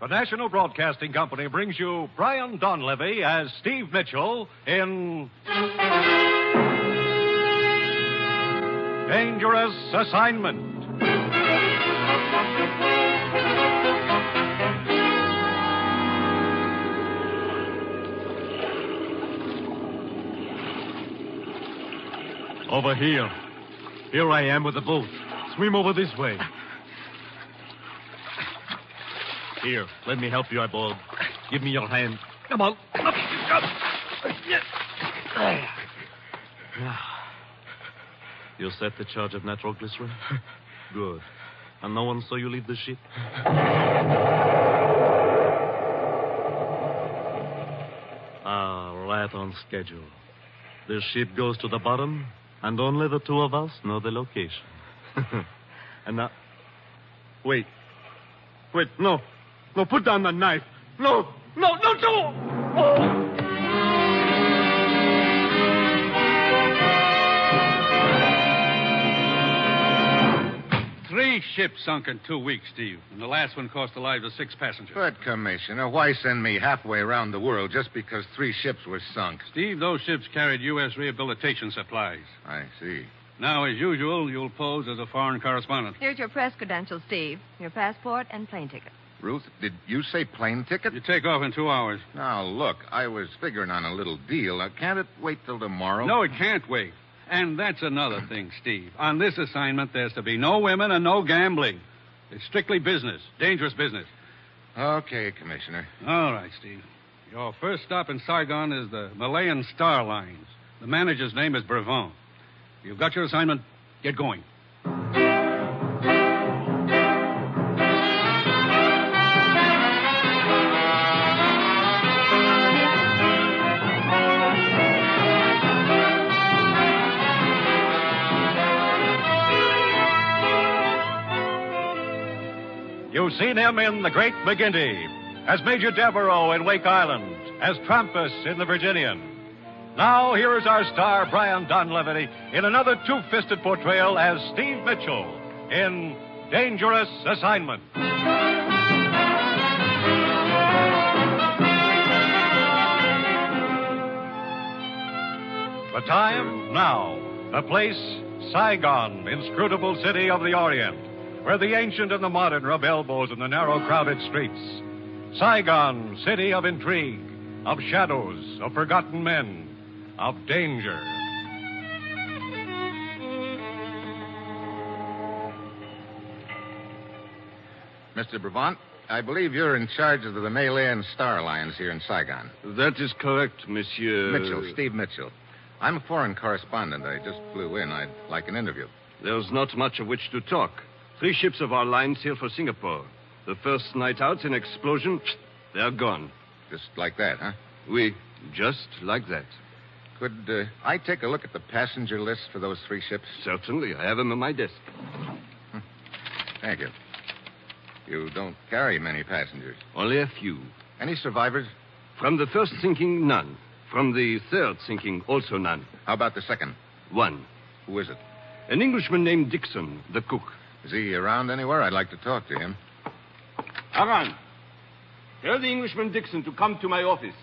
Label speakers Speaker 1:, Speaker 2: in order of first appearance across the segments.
Speaker 1: The National Broadcasting Company brings you Brian Donlevy as Steve Mitchell in Dangerous Assignment. Over here. Here I am with the boat. Swim over this way. Here, let me help you aboard. Give me your hand. Come on. Up you go. You set the charge of natural glycerin? Good. And no one saw you leave the ship? Ah, right on schedule. The ship goes to the bottom, and only the two of us know the location. and now. Wait. Wait, no. No, put down the knife. No, no, no, no!
Speaker 2: Three ships sunk in two weeks, Steve, and the last one cost the lives of six passengers.
Speaker 3: But, Commissioner, why send me halfway around the world just because three ships were sunk?
Speaker 2: Steve, those ships carried U.S. rehabilitation supplies.
Speaker 3: I see.
Speaker 2: Now, as usual, you'll pose as a foreign correspondent.
Speaker 4: Here's your press credentials, Steve. Your passport and plane ticket.
Speaker 3: Ruth, did you say plane ticket?
Speaker 2: You take off in two hours.
Speaker 3: Now, look, I was figuring on a little deal. Now, can't it wait till tomorrow?
Speaker 2: No, it can't wait. And that's another thing, Steve. On this assignment, there's to be no women and no gambling. It's strictly business, dangerous business.
Speaker 3: Okay, Commissioner.
Speaker 2: All right, Steve. Your first stop in Saigon is the Malayan Star Lines. The manager's name is Brevon. You've got your assignment. Get going.
Speaker 1: You've seen him in The Great McGinty, as Major Devereaux in Wake Island, as Trampas in The Virginian. Now, here is our star, Brian Donlevy, in another two fisted portrayal as Steve Mitchell in Dangerous Assignment. The time now. The place Saigon, inscrutable city of the Orient, where the ancient and the modern rub elbows in the narrow, crowded streets. Saigon, city of intrigue, of shadows, of forgotten men, of danger.
Speaker 3: Mr. Brevant, I believe you're in charge of the Malayan Star Lines here in Saigon.
Speaker 5: That is correct, Monsieur.
Speaker 3: Mitchell, Steve Mitchell. I'm a foreign correspondent. I just flew in. I'd like an interview.
Speaker 5: There's not much of which to talk. Three ships of our line sail for Singapore. The first night out, an explosion, they're gone.
Speaker 3: Just like that, huh?
Speaker 5: We just like that.
Speaker 3: Could uh, I take a look at the passenger list for those three ships?
Speaker 5: Certainly, I have them on my desk.
Speaker 3: Thank you. You don't carry many passengers.
Speaker 5: Only a few.
Speaker 3: Any survivors?
Speaker 5: From the first sinking, none. From the third sinking, also none.
Speaker 3: How about the second?
Speaker 5: One.
Speaker 3: Who is it?
Speaker 5: An Englishman named Dixon, the cook.
Speaker 3: Is he around anywhere? I'd like to talk to him.
Speaker 5: Haran, tell the Englishman Dixon to come to my office.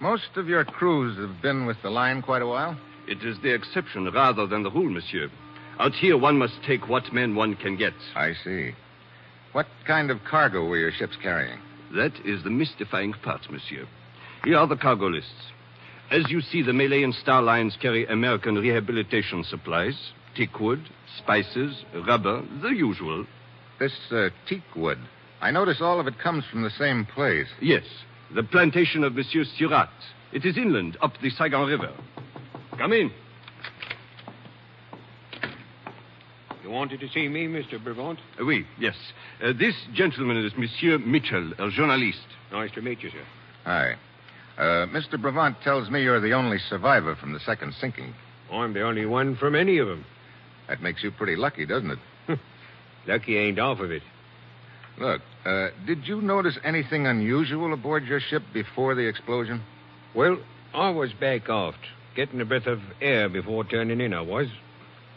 Speaker 3: Most of your crews have been with the line quite a while.
Speaker 5: It is the exception rather than the rule, monsieur. Out here, one must take what men one can get.
Speaker 3: I see. What kind of cargo were your ships carrying?
Speaker 5: That is the mystifying part, monsieur. Here are the cargo lists. As you see, the Malayan Star Lines carry American rehabilitation supplies, teakwood, spices, rubber, the usual.
Speaker 3: This uh, teak wood. I notice all of it comes from the same place.
Speaker 5: Yes, the plantation of Monsieur Surat. It is inland, up the Saigon River. Come in.
Speaker 6: You wanted to see me, Mr. Brevant?
Speaker 5: Uh, Oui, yes. Uh, this gentleman is Monsieur Mitchell, a journalist.
Speaker 6: Nice to meet you, sir.
Speaker 3: Hi. Uh, Mr. Brevant tells me you're the only survivor from the second sinking.
Speaker 6: I'm the only one from any of them.
Speaker 3: That makes you pretty lucky, doesn't it?
Speaker 6: Lucky ain't off of it.
Speaker 3: Look, uh, did you notice anything unusual aboard your ship before the explosion?
Speaker 6: Well, I was back aft, getting a breath of air before turning in, I was.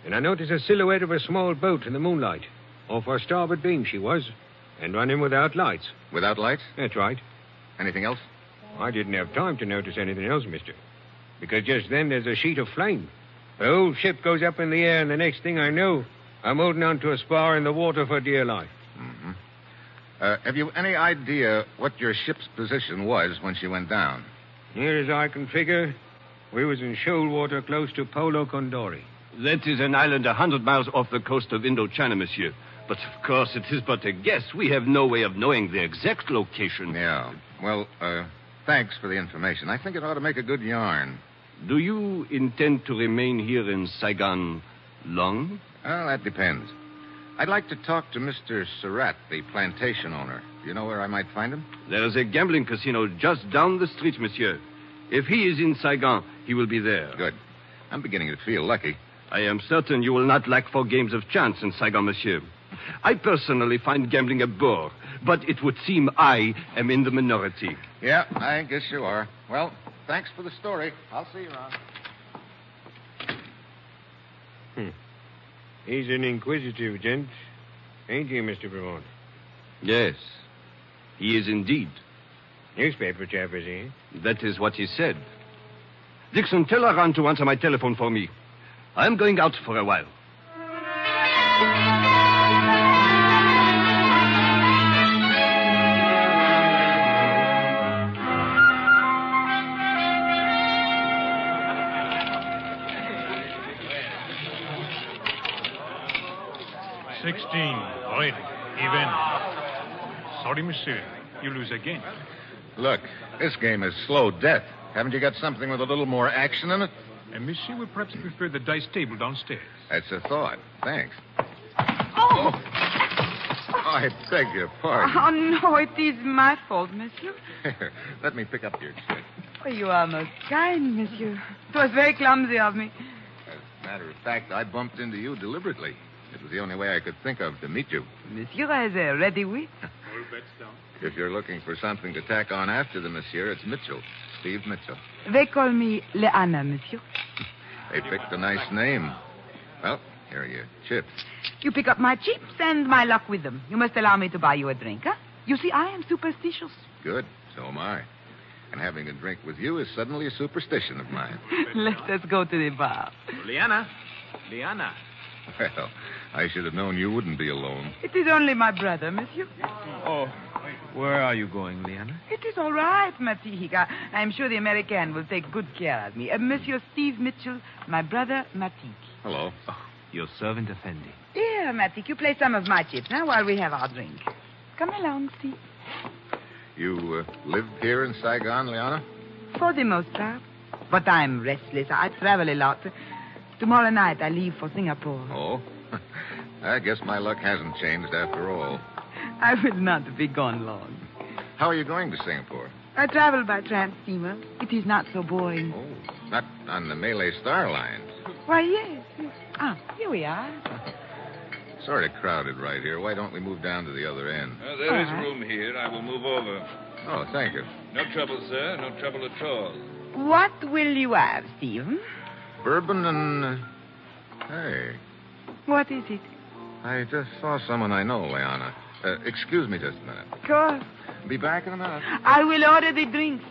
Speaker 6: And I noticed a silhouette of a small boat in the moonlight. Off our starboard beam, she was. And run in without lights.
Speaker 3: Without lights?
Speaker 6: That's right.
Speaker 3: Anything else?
Speaker 6: I didn't have time to notice anything else, mister. Because just then there's a sheet of flame. The whole ship goes up in the air, and the next thing I know, I'm holding on to a spar in the water for dear life.
Speaker 3: Mm-hmm. Uh, have you any idea what your ship's position was when she went down?
Speaker 6: Near as I can figure, we was in shoal water close to Polo Condori.
Speaker 5: That is an island a hundred miles off the coast of Indochina, monsieur. But of course, it is but a guess. We have no way of knowing the exact location.
Speaker 3: Yeah. Well, uh, thanks for the information. I think it ought to make a good yarn.
Speaker 5: Do you intend to remain here in Saigon long?
Speaker 3: Well, that depends. I'd like to talk to Mr. Surratt, the plantation owner. Do you know where I might find him?
Speaker 5: There is a gambling casino just down the street, monsieur. If he is in Saigon, he will be there.
Speaker 3: Good. I'm beginning to feel lucky.
Speaker 5: I am certain you will not lack for games of chance in Saigon, monsieur. I personally find gambling a bore, but it would seem I am in the minority.
Speaker 3: Yeah, I guess you are. Well, thanks for the story. I'll see you around.
Speaker 6: He's an inquisitive gent, ain't he, Mr. Brevard?
Speaker 5: Yes, he is indeed.
Speaker 6: Newspaper chap, is he?
Speaker 5: That is what he said. Dixon, tell Aran to answer my telephone for me. I am going out for a while.
Speaker 7: Sixteen. Right. Even. Sorry, monsieur. You lose again.
Speaker 3: Look, this game is slow death. Haven't you got something with a little more action in it?
Speaker 7: And monsieur would perhaps prefer the dice table downstairs.
Speaker 3: That's a thought. Thanks.
Speaker 8: Oh,
Speaker 3: I beg your pardon.
Speaker 8: oh no, it is my fault, monsieur.
Speaker 3: Let me pick up your check.
Speaker 8: Oh, you are most kind, monsieur. It was very clumsy of me.
Speaker 3: As a matter of fact, I bumped into you deliberately. It was the only way I could think of to meet you.
Speaker 8: Monsieur has a ready wit.
Speaker 3: If you're looking for something to tack on after the monsieur, it's Mitchell. Steve Mitchell.
Speaker 8: They call me Leanna, monsieur.
Speaker 3: They picked a nice name. Well, here are your chips.
Speaker 8: You pick up my chips and my luck with them. You must allow me to buy you a drink, huh? You see, I am superstitious.
Speaker 3: Good. So am I. And having a drink with you is suddenly a superstition of mine.
Speaker 8: Let us go to the bar.
Speaker 7: Liana. Liana.
Speaker 3: Well, I should have known you wouldn't be alone.
Speaker 8: It is only my brother, monsieur.
Speaker 6: Oh, where are you going, Leanna?
Speaker 8: It is all right, Matihika. I am sure the American will take good care of me. Uh, monsieur Steve Mitchell, my brother, Matik.
Speaker 3: Hello.
Speaker 9: Oh,
Speaker 6: Your servant, Effendi.
Speaker 8: Here, Matik, you play some of my chips now while we have our drink. Come along, Steve.
Speaker 3: You uh, live here in Saigon, Liana?
Speaker 8: For the most part. But I'm restless. I travel a lot. Tomorrow night I leave for Singapore.
Speaker 3: Oh? I guess my luck hasn't changed after all.
Speaker 8: I will not be gone long.
Speaker 3: How are you going to Singapore?
Speaker 8: I travel by tram steamer. It is not so boring.
Speaker 3: Oh, not on the Malay Star Lines.
Speaker 8: Why, yes. yes. Ah, here we are.
Speaker 3: Sort of crowded right here. Why don't we move down to the other end?
Speaker 8: Uh, There is room.
Speaker 3: Oh, thank you.
Speaker 8: What will you have, Stephen?
Speaker 3: Bourbon and. uh, Hey,
Speaker 8: What is it?
Speaker 3: I just saw someone I know, Liana. Uh, excuse me just a minute.
Speaker 8: Of course.
Speaker 3: Be back in a minute.
Speaker 8: I will order the drinks.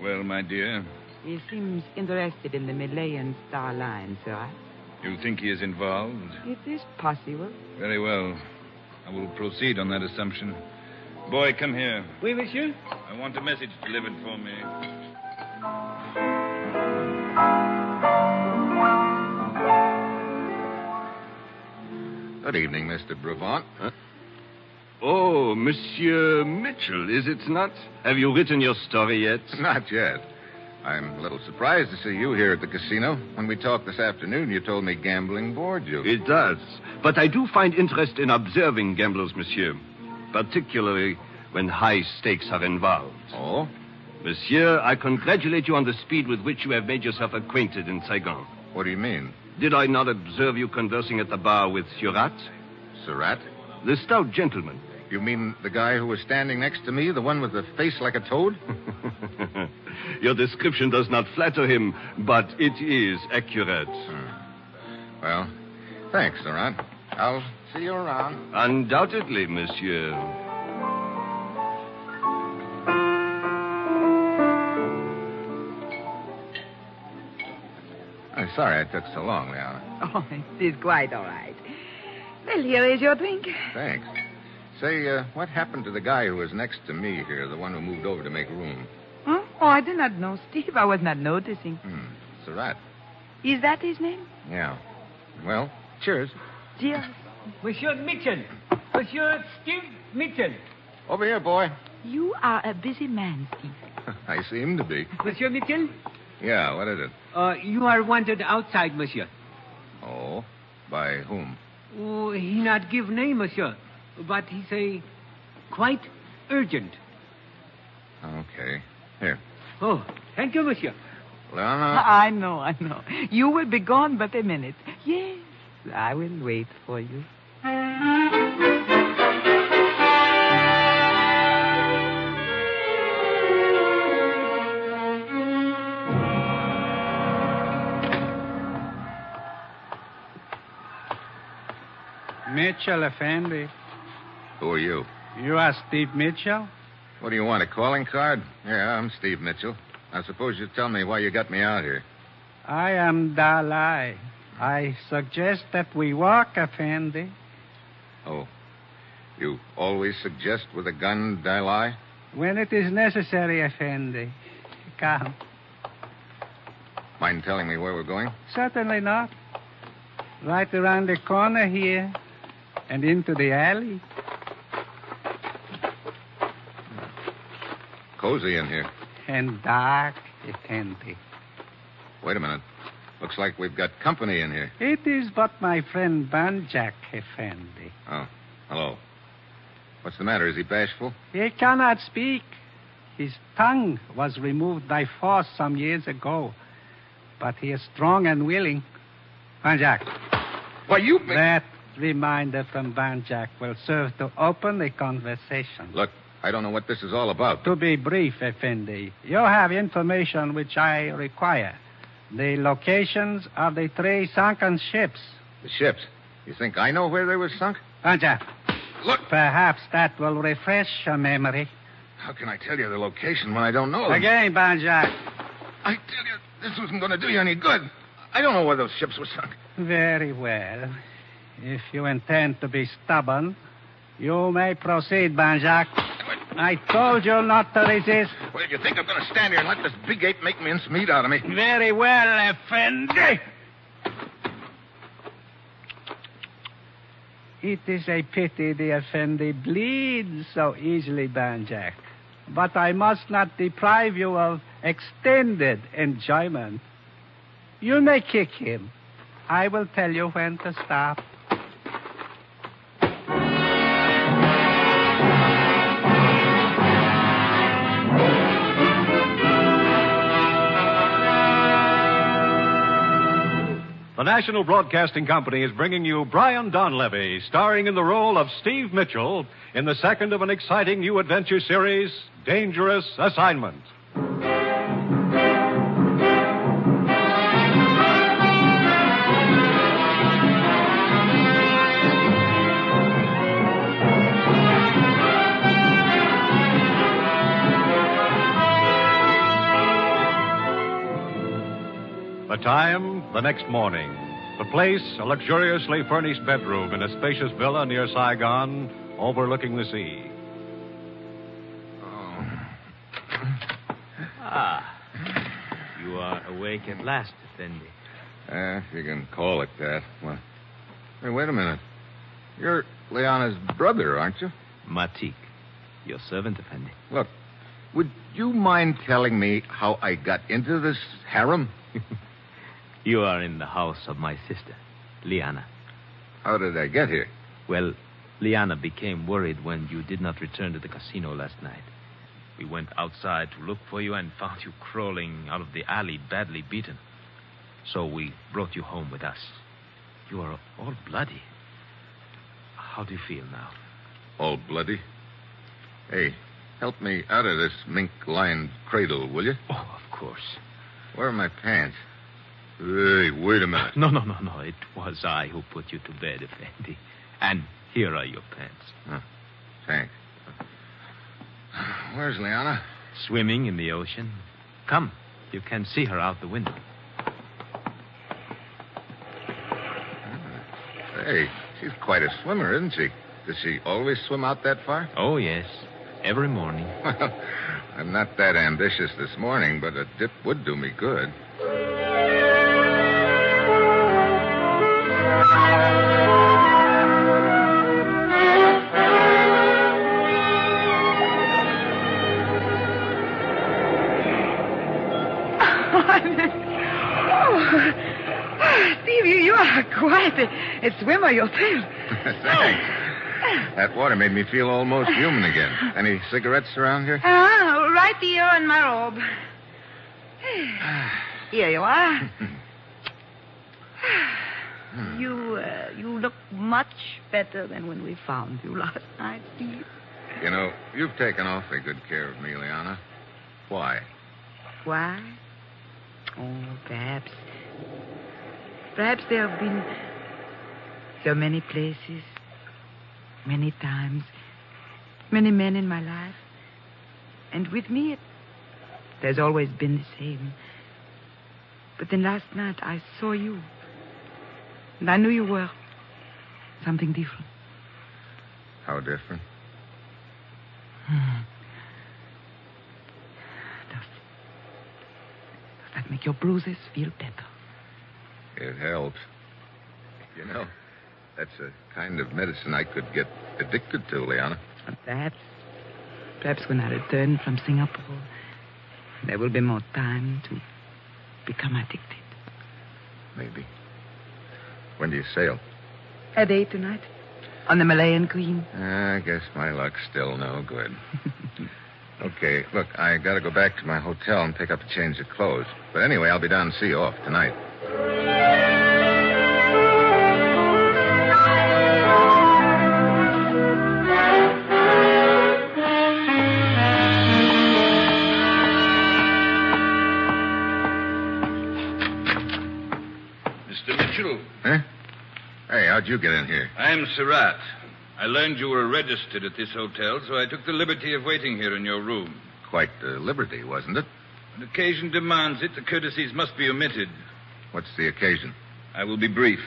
Speaker 10: Well, my dear,
Speaker 8: He seems interested in the Malayan Star Line, sir.
Speaker 10: you think he is involved?
Speaker 8: It is possible.
Speaker 10: Very well. I will proceed on that assumption. Boy, come here. Oui, monsieur? I want a message delivered for me.
Speaker 3: Good evening, Mr. Brevant.
Speaker 5: Oh, Monsieur Mitchell, is it not? Have you written your story yet?
Speaker 3: Not yet. I'm a little surprised to see you here at the casino. When we talked this afternoon, you told me gambling bored you.
Speaker 5: It does. But I do find interest in observing gamblers, monsieur, particularly when high stakes are involved.
Speaker 3: Oh?
Speaker 5: Monsieur, I congratulate you on the speed with which you have made yourself acquainted in Saigon.
Speaker 3: What do you mean?
Speaker 5: Did I not observe you conversing at the bar with Surat?
Speaker 3: Surratt?
Speaker 5: The stout gentleman.
Speaker 3: You mean the guy who was standing next to me, the one with the face like a toad?
Speaker 5: Your description does not flatter him, but it is accurate.
Speaker 3: well, Hmm. thanks, Surratt. I'll see you around.
Speaker 5: Undoubtedly, monsieur.
Speaker 3: I'm Oh, sorry I took so long, Leona.
Speaker 8: Oh, it is quite all right. Well, here is your drink.
Speaker 3: Thanks. Say, uh, what happened to the guy who was next to me here, the one who moved over to make room?
Speaker 8: Huh? Oh, I did not know, Steve. I was not noticing.
Speaker 3: Hmm, Surratt.
Speaker 8: Is that his name?
Speaker 3: Yeah. Well, cheers.
Speaker 8: Dear.
Speaker 9: Monsieur Mitchell. Monsieur Steve Mitchell.
Speaker 3: Over here, boy.
Speaker 8: You are a busy man, Steve.
Speaker 3: I seem to be.
Speaker 9: Monsieur Mitchell,
Speaker 3: Yeah, what is it?
Speaker 9: uh, you are wanted outside, monsieur.
Speaker 3: Oh, by whom?
Speaker 9: Oh, he not give name, monsieur. But he say, quite urgent.
Speaker 3: Okay. Here.
Speaker 9: Oh, thank you, monsieur.
Speaker 3: Leona,
Speaker 8: I know, I know. You will be gone but a minute. Yes, I will wait for you.
Speaker 2: Mitchell Effendi.
Speaker 3: who are you?
Speaker 2: You are Steve Mitchell?
Speaker 3: What do you want, a calling card? Yeah, I'm Steve Mitchell. I suppose you tell me why you got me out here.
Speaker 2: I am Dalai. I suggest that we walk, Effendi.
Speaker 3: Oh. You always suggest with a gun, Dalai?
Speaker 2: When it is necessary, Effendi. Come.
Speaker 3: Mind telling me where we're going?
Speaker 2: Certainly not. Right around the corner here and into the alley.
Speaker 3: Cozy in here.
Speaker 2: And dark, Effendi.
Speaker 3: Wait a minute. Looks like we've got company in here.
Speaker 2: It is but my friend Banjak, Effendi.
Speaker 3: Oh, hello. What's the matter? Is he bashful?
Speaker 2: He cannot speak. His tongue was removed by force some years ago. But he is strong and willing. Banjak.
Speaker 3: Why, you...
Speaker 2: That reminder from Banjak will serve to open the conversation.
Speaker 3: Look, I don't know what this is all about.
Speaker 2: To be brief, Effendi, you have information which I require. The locations of the three sunken ships.
Speaker 3: The ships. You think I know where they were sunk?
Speaker 2: Banjak.
Speaker 3: Look.
Speaker 2: Perhaps that will refresh your memory.
Speaker 3: How can I tell you the location when I don't know them?
Speaker 2: Again, Banjak.
Speaker 3: I tell you, this wasn't going to do you any good. I don't know where those ships were sunk.
Speaker 2: Very well. If you intend to be stubborn, you may proceed, Banjak. I told you not to resist.
Speaker 3: Well, if you think I'm going to stand here and let this big ape make mincemeat out of me.
Speaker 2: Very
Speaker 10: uh,
Speaker 2: well, Effendi. It is a pity the Effendi bleeds so easily, Banjak. But I must not deprive you of extended enjoyment. You may kick him. I will tell you when to stop.
Speaker 1: The National Broadcasting Company is bringing you Brian Donlevy, starring in the role of Steve Mitchell in the second of an exciting new adventure series, Dangerous Assignment. The time, the next morning. The place, a luxuriously furnished bedroom in a spacious villa near Saigon, overlooking the sea.
Speaker 9: Oh. Ah, you are awake at last, Effendi.
Speaker 3: Uh, if you can call it that. Well, hey, wait a minute. You're Leona's brother, aren't you?
Speaker 9: Matik, your servant, Effendi.
Speaker 3: Look, would you mind telling me how I got into this harem?
Speaker 9: You are in the house of my sister, Liana.
Speaker 3: How did I get here?
Speaker 9: Well, Liana became worried when you did not return to the casino last night. We went outside to look for you and found you crawling out of the alley, badly beaten. So we brought you home with us. You are all bloody. How do you feel now?
Speaker 3: All bloody. Hey, help me out of this mink lined cradle, will you?
Speaker 9: Oh, of course.
Speaker 3: Where are my pants?
Speaker 9: Hey, wait a minute. No, no, no, no. It was I who put you to bed, Effendi. And here are your pants.
Speaker 3: Thanks. Where's Liana?
Speaker 9: Swimming in the ocean. Come, you can see her out the window.
Speaker 3: Hey, she's quite a swimmer, isn't she? Does she always swim out that far?
Speaker 9: Oh, yes. Every morning.
Speaker 3: Well, I'm not that ambitious this morning, but a dip would do me good.
Speaker 8: Oh, Steve, you, you are quite a, a swimmer yourself.
Speaker 3: Thanks. That water made me feel almost human again. Any cigarettes around here?
Speaker 8: Ah, right here in my robe. Here you are. you, uh, you look much better than when we found you last night, Steve.
Speaker 3: You know, you've taken awfully good care of me, Liana. Why?
Speaker 8: Why? Oh, perhaps. Perhaps there have been so many places, many times, many men in my life. And with me, it, there's always been the same. But then last night I saw you. And I knew you were something different.
Speaker 3: How different?
Speaker 8: Hmm. Does that make your bruises feel better?
Speaker 3: It helps. You know, that's a kind of medicine I could get addicted to, Liana.
Speaker 8: Perhaps. Perhaps when I return from Singapore, there will be more time to become addicted.
Speaker 3: Maybe. When do you sail?
Speaker 8: At eight tonight? On the Malayan Queen?
Speaker 3: I guess my luck's still no good. okay, look, I gotta go back to my hotel and pick up a change of clothes. But anyway, I'll be down to see you off tonight.
Speaker 10: Mr. Mitchell.
Speaker 3: Huh? Hey, how'd you get in here?
Speaker 10: I'm Surratt. I learned you were registered at this hotel, so I took the liberty of waiting here in your room.
Speaker 3: Quite the liberty, wasn't it?
Speaker 10: When occasion demands it, the courtesies must be omitted.
Speaker 3: What's the occasion?
Speaker 10: I will be brief.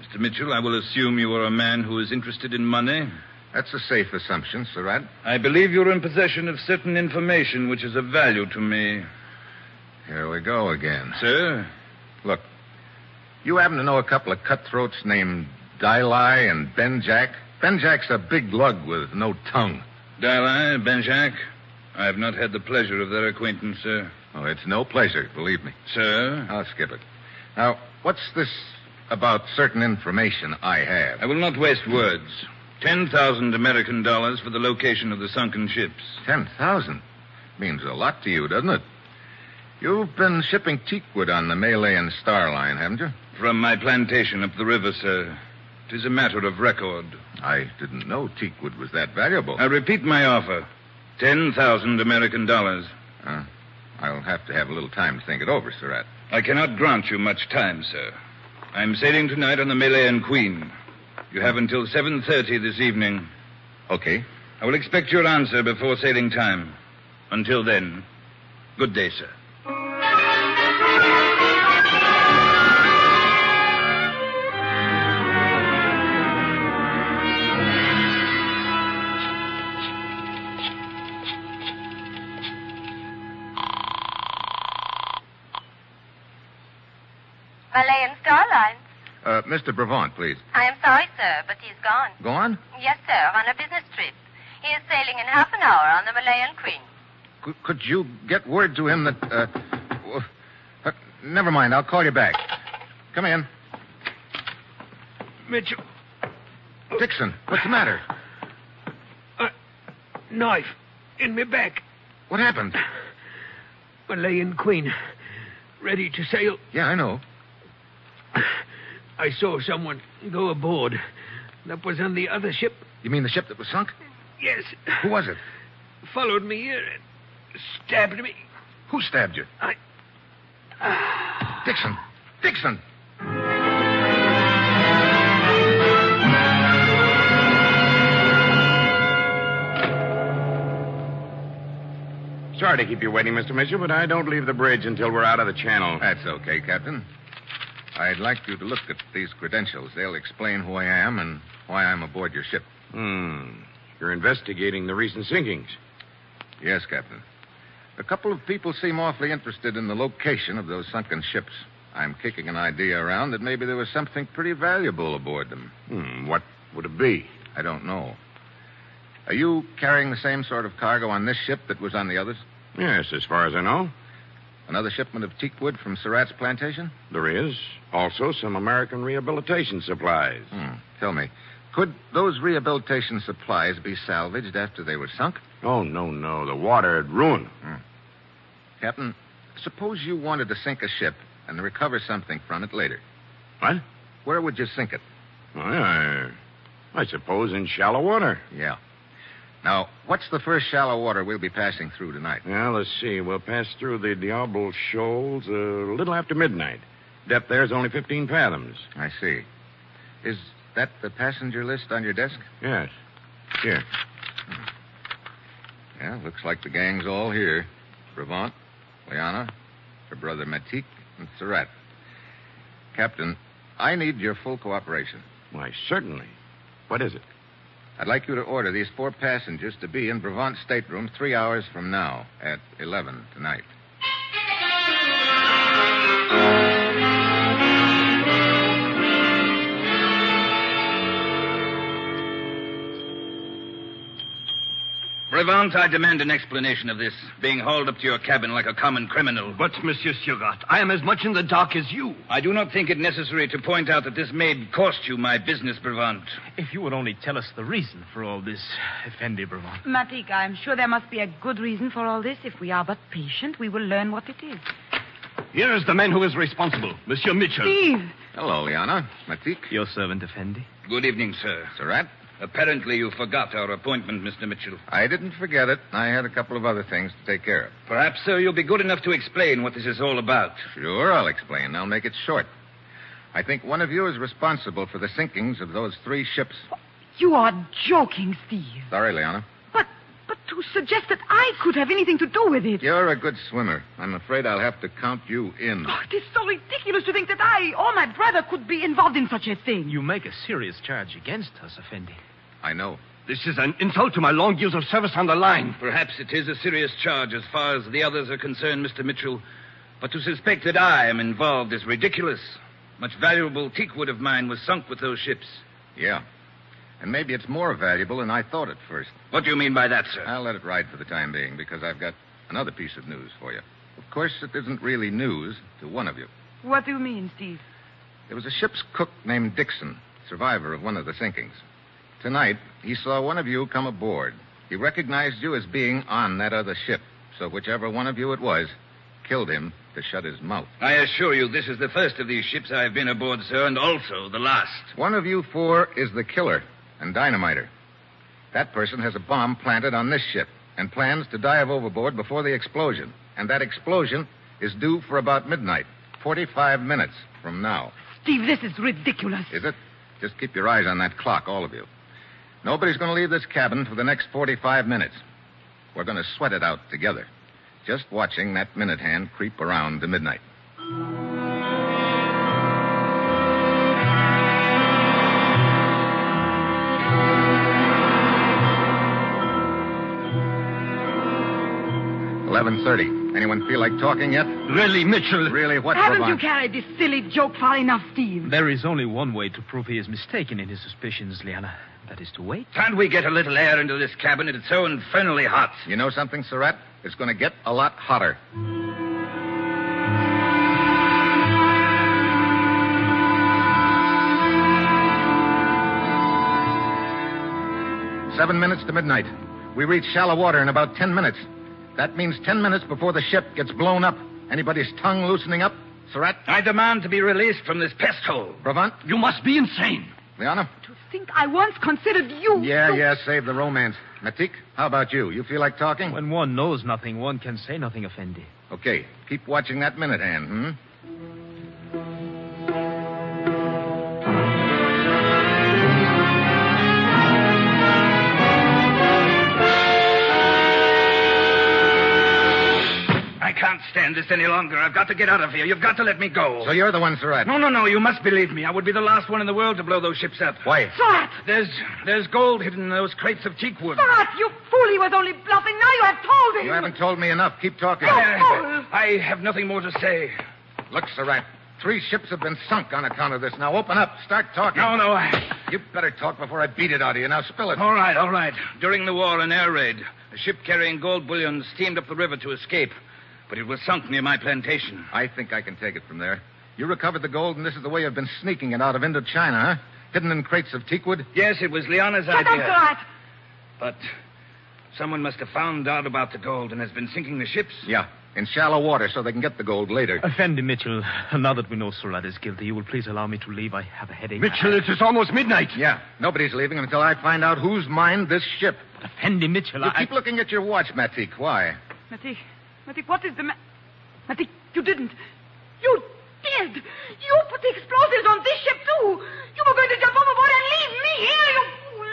Speaker 10: Mr. Mitchell, I will assume you are a man who is interested in money.
Speaker 3: That's a safe assumption, Surratt.
Speaker 10: I believe you're in possession of certain information which is of value to me.
Speaker 3: Here we go again.
Speaker 10: Sir?
Speaker 3: Look, you happen to know a couple of cutthroats named Dylai and Ben Jack? Ben Jack's a big lug with no tongue.
Speaker 10: Dalai, Benjak, I have not had the pleasure of their acquaintance, sir.
Speaker 3: Oh, it's no pleasure, believe me.
Speaker 10: Sir?
Speaker 3: I'll skip it. Now, what's this about certain information I have?
Speaker 10: I will not waste words. Ten thousand American dollars for the location of the sunken ships.
Speaker 3: Ten thousand means a lot to you, doesn't it? You've been shipping teakwood on the Malay and Star Line, haven't you?
Speaker 10: From my plantation up the river, sir. It is a matter of record.
Speaker 3: I didn't know teakwood was that valuable.
Speaker 10: I repeat my offer. Ten thousand American dollars.
Speaker 3: Uh, I'll have to have a little time to think it over, Surratt.
Speaker 10: I cannot grant you much time, sir. I'm sailing tonight on the Malayan Queen. You have until 7.30 this evening.
Speaker 3: Okay.
Speaker 10: I will expect your answer before sailing time. Until then, good day, sir.
Speaker 11: Malayan Star Line.
Speaker 3: Uh, Mr. Brevant, please.
Speaker 11: I am sorry, sir, but he's gone.
Speaker 3: Go on.
Speaker 11: Yes, sir, on a business trip. He is sailing in half an hour on the Malayan Queen.
Speaker 3: Could, could you get word to him that. Uh, w- uh, never mind. I'll call you back. Come in.
Speaker 6: Mitchell,
Speaker 3: Dixon, what's the matter?
Speaker 6: knife in me back.
Speaker 3: What happened?
Speaker 6: Malayan Queen. Ready to sail.
Speaker 3: Yeah, I know.
Speaker 6: I saw someone go aboard. That was on the other ship.
Speaker 3: You mean the ship that was sunk?
Speaker 6: Yes.
Speaker 3: Who was it?
Speaker 6: Followed me here and stabbed me.
Speaker 3: Who stabbed you?
Speaker 6: I.
Speaker 3: Dixon, Dixon!
Speaker 12: Sorry to keep you waiting, Mr. Mitchell, but I don't leave the bridge until we're out of the channel.
Speaker 3: That's okay, Captain. I'd like you to look at these credentials. They'll explain who I am and why I'm aboard your ship.
Speaker 12: Hmm. You're investigating the recent sinkings.
Speaker 3: Yes, Captain. A couple of people seem awfully interested in the location of those sunken ships. I'm kicking an idea around that maybe there was something pretty valuable aboard them.
Speaker 12: Hmm. What would it be?
Speaker 3: I don't know. Are you carrying the same sort of cargo on this ship that was on the others?
Speaker 12: Yes, as far as I know.
Speaker 3: Another shipment of teakwood from Surratt's plantation?
Speaker 12: There is also some American rehabilitation supplies.
Speaker 3: Hmm. Tell me, could those rehabilitation supplies be salvaged after they were sunk? Hmm.
Speaker 12: Oh, no, no. The water had ruined them.
Speaker 3: Captain, suppose you wanted to sink a ship and recover something from it later.
Speaker 12: What?
Speaker 3: Where would you sink it?
Speaker 12: Well, I, I suppose in shallow water.
Speaker 3: Yeah. Now, what's the first shallow water we'll be passing through tonight?
Speaker 12: Well, let's see. We'll pass through the Diablo Shoals uh, a little after midnight. Depth there is only 15 fathoms.
Speaker 3: I see. Is that the passenger list on your desk?
Speaker 12: Yes. Here.
Speaker 3: Yeah, looks like the gang's all here. Brevant, Liana, her brother Matique, and Surratt. Captain, I need your full cooperation.
Speaker 12: Why, certainly. What is it?
Speaker 3: I'd like you to order these four passengers to be in Brevant's stateroom three hours from now at 11 tonight.
Speaker 10: Brevant, I demand an explanation of this. Being hauled up to your cabin like a common criminal.
Speaker 5: But, Monsieur Surratt, I am as much in the dark as you.
Speaker 10: I do not think it necessary to point out that this maid cost you my business, Brevant.
Speaker 5: If you would only tell us the reason for all this, Effendi Brevant.
Speaker 8: Matika, I'm sure there must be a good reason for all this. If we are but patient, we will learn what it is.
Speaker 5: Here is the man who is responsible, Monsieur Mitchell.
Speaker 8: Steve!
Speaker 3: Hello, Liana. Matique.
Speaker 9: Your servant, Effendi.
Speaker 10: Good evening, sir.
Speaker 3: Surratt.
Speaker 10: Apparently, you forgot our appointment, Mr. Mitchell.
Speaker 3: I didn't forget it. I had a couple of other things to take care of.
Speaker 10: Perhaps, sir, you'll be good enough to explain what this is all about.
Speaker 3: Sure, I'll explain. I'll make it short. I think one of you is responsible for the sinkings of those three ships.
Speaker 8: You are joking, Steve.
Speaker 3: Sorry, Liana.
Speaker 8: But, but to suggest that I could have anything to do with it.
Speaker 3: You're a good swimmer. I'm afraid I'll have to count you in.
Speaker 8: Oh, it is so ridiculous to think that I or my brother could be involved in such a thing.
Speaker 9: You make a serious charge against us, Effendi.
Speaker 3: I know.
Speaker 5: This is an insult to my long years of service on the line.
Speaker 10: Perhaps it is a serious charge as far as the others are concerned, Mr. Mitchell. But to suspect that I am involved is ridiculous. Much valuable teakwood of mine was sunk with those ships.
Speaker 3: Yeah. And maybe it's more valuable than I thought at first.
Speaker 10: What do you mean by that, sir?
Speaker 3: I'll let it ride for the time being because I've got another piece of news for you. Of course, it isn't really news to one of you.
Speaker 8: What do you mean, Steve?
Speaker 3: There was a ship's cook named Dixon, survivor of one of the sinkings. Tonight, he saw one of you come aboard. He recognized you as being on that other ship. So, whichever one of you it was, killed him to shut his mouth.
Speaker 10: I assure you, this is the first of these ships I've been aboard, sir, and also the last.
Speaker 3: One of you four is the killer and dynamiter. That person has a bomb planted on this ship and plans to dive overboard before the explosion. And that explosion is due for about midnight, 45 minutes from now.
Speaker 8: Steve, this is ridiculous.
Speaker 3: Is it? Just keep your eyes on that clock, all of you. Nobody's going to leave this cabin for the next 45 minutes. We're going to sweat it out together, just watching that minute hand creep around to midnight. Eleven thirty. Anyone feel like talking yet?
Speaker 5: Really, Mitchell?
Speaker 3: Really, what?
Speaker 8: Haven't
Speaker 3: Brabant?
Speaker 8: you carried this silly joke far enough, Steve?
Speaker 9: There is only one way to prove he is mistaken in his suspicions, Liana. That is to wait.
Speaker 10: Can't we get a little air into this cabin? It's so infernally hot.
Speaker 3: You know something, Surratt? It's going to get a lot hotter. Seven minutes to midnight. We reach shallow water in about ten minutes. That means ten minutes before the ship gets blown up. Anybody's tongue loosening up? Surratt?
Speaker 10: I demand to be released from this pest hole.
Speaker 3: Brabant?
Speaker 5: You must be insane.
Speaker 3: Liana?
Speaker 8: Think I once considered you.
Speaker 3: Yeah, yeah, save the romance. Matik, how about you? You feel like talking?
Speaker 9: When one knows nothing, one can say nothing, Effendi.
Speaker 3: Okay, keep watching that minute hand, hmm?
Speaker 12: stand this any longer. I've got to get out of here. You've got to let me go.
Speaker 3: So you're the one, Surratt.
Speaker 12: No, no, no. You must believe me. I would be the last one in the world to blow those ships up.
Speaker 3: Why?
Speaker 12: Surat! There's there's gold hidden in those crates of teakwood.
Speaker 13: Surratt, you fool, he was only bluffing. Now you have told him.
Speaker 3: You haven't told me enough. Keep talking.
Speaker 12: I, I have nothing more to say.
Speaker 3: Look, Surratt. Three ships have been sunk on account of this. Now open up. Start talking.
Speaker 12: No, no, I-
Speaker 3: You better talk before I beat it out of you. Now spill it.
Speaker 12: All right, all right. During the war, an air raid, a ship carrying gold bullion steamed up the river to escape, but it was sunk near my plantation.
Speaker 3: I think I can take it from there. You recovered the gold, and this is the way you've been sneaking it out of Indochina, huh? Hidden in crates of teakwood?
Speaker 12: Yes, it was Leana's
Speaker 13: Shut up,
Speaker 12: idea.
Speaker 13: Surratt.
Speaker 12: But someone must have found out about the gold and has been sinking the ships.
Speaker 3: Yeah, in shallow water so they can get the gold later.
Speaker 9: Effendi Uh, Mitchell, uh, now that we know Surratt is guilty, you will please allow me to leave. I have a headache.
Speaker 3: it is almost midnight. Yeah, nobody's leaving until I find out who's mined this ship.
Speaker 9: Effendi Mitchell,
Speaker 3: you
Speaker 9: I-
Speaker 3: keep looking at your watch, Matik. Why?
Speaker 13: Matik, Matik, what is the ma- Matik, you didn't. You did. You put the explosives on this ship, too. You were going to jump overboard and leave me here, you...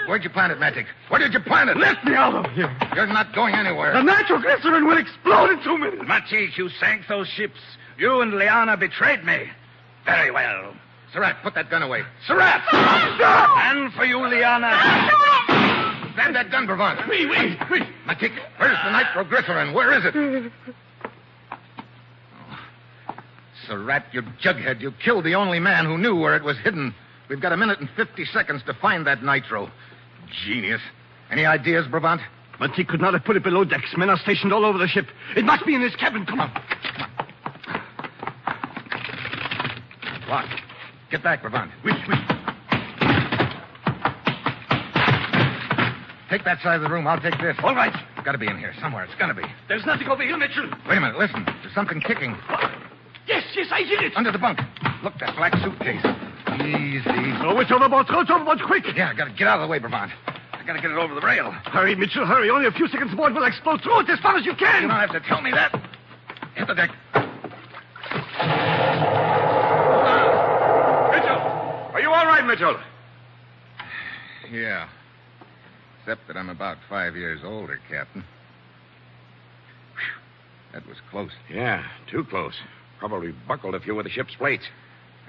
Speaker 3: Where'd you plant it, Matic? Where did you plant it? Let me out of here. You're not going anywhere.
Speaker 12: nitroglycerin will explode in two minutes. Matik, you sank those ships. You and Leanna betrayed me. Very well.
Speaker 3: Surratt, put that gun away.
Speaker 12: Surratt!
Speaker 5: Ah!
Speaker 12: And for you, Leanna.
Speaker 3: Grab that gun, Brevant. Wait, wait, wait. Matik, where's the nitroglycerin? Where is it? Oh. Surratt, you jughead, you killed the only man who knew where it was hidden. We've got a minute and 50 seconds to find that nitro. Genius. Any ideas, Brabant?
Speaker 5: Matik could not have put it below decks. Men are stationed all over the ship. It must be in this cabin. Come on.
Speaker 3: Lock. Get back, Brabant. Wait, wait. Take that side of the room. I'll take this. All right. It's got to be in here somewhere. It's got to be.
Speaker 12: There's nothing over here, Mitchell.
Speaker 3: Wait a minute. Listen. There's something kicking.
Speaker 12: Yes, yes, I did it.
Speaker 3: Under the bunk. Look, that black suitcase. Easy.
Speaker 5: Oh,
Speaker 3: Throw it overboard. Throw it overboard quick. Yeah, I got to get out of the way, Brabant. I got to get it over the rail.
Speaker 5: Hurry, Mitchell, hurry. Only a few seconds more. It will explode through it as far as you can.
Speaker 3: You don't have to tell me that. Hit the deck.
Speaker 14: Are you all right, Mitchell?
Speaker 3: Yeah. Except that I'm about five years older, Captain. Whew. That was close.
Speaker 14: Yeah, too close. Probably buckled a few of the ship's plates.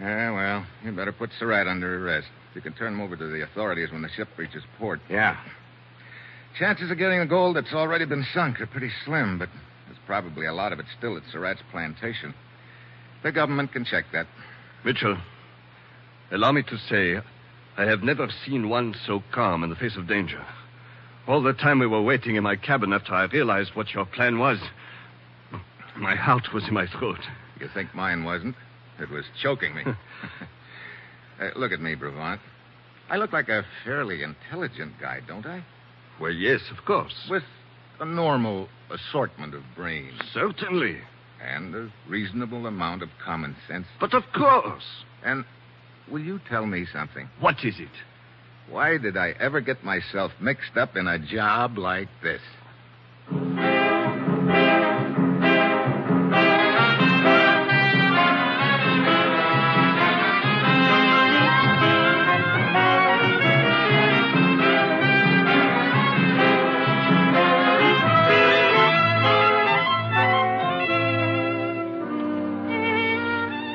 Speaker 3: Yeah, well, you better put Surratt under arrest. You can turn him over to the authorities when the ship reaches port.
Speaker 14: Yeah.
Speaker 3: Chances of getting the gold that's already been sunk are pretty slim, but there's probably a lot of it still at Surratt's plantation. The government can check that.
Speaker 5: Mitchell, allow me to say I have never seen one so calm in the face of danger. All the time we were waiting in my cabin after I realized what your plan was, my heart was in my throat.
Speaker 3: You think mine wasn't? It was choking me. Uh, look at me, Brevant. I look like a fairly intelligent guy, don't I?
Speaker 5: Well, yes, of course.
Speaker 3: With a normal assortment of brains.
Speaker 5: Certainly.
Speaker 3: And a reasonable amount of common sense.
Speaker 5: But of course.
Speaker 3: And will you tell me something?
Speaker 5: What is it?
Speaker 3: Why did I ever get myself mixed up in a job like this?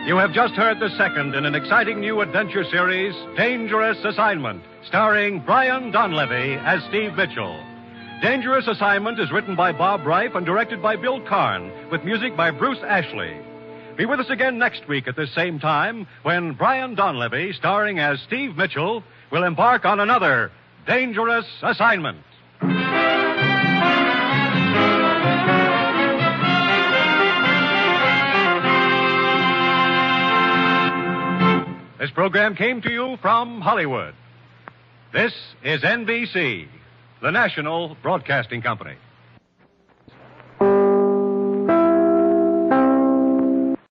Speaker 1: You have just heard the second in an exciting new adventure series, Dangerous Assignment, starring Brian Donlevy as Steve Mitchell. Dangerous Assignment is written by Bob Reif and directed by Bill Karn, with music by Bruce Ashley. Be with us again next week at this same time when Brian Donlevy, starring as Steve Mitchell, will embark on another Dangerous Assignment. This program came to you from Hollywood. This is NBC, the national broadcasting company.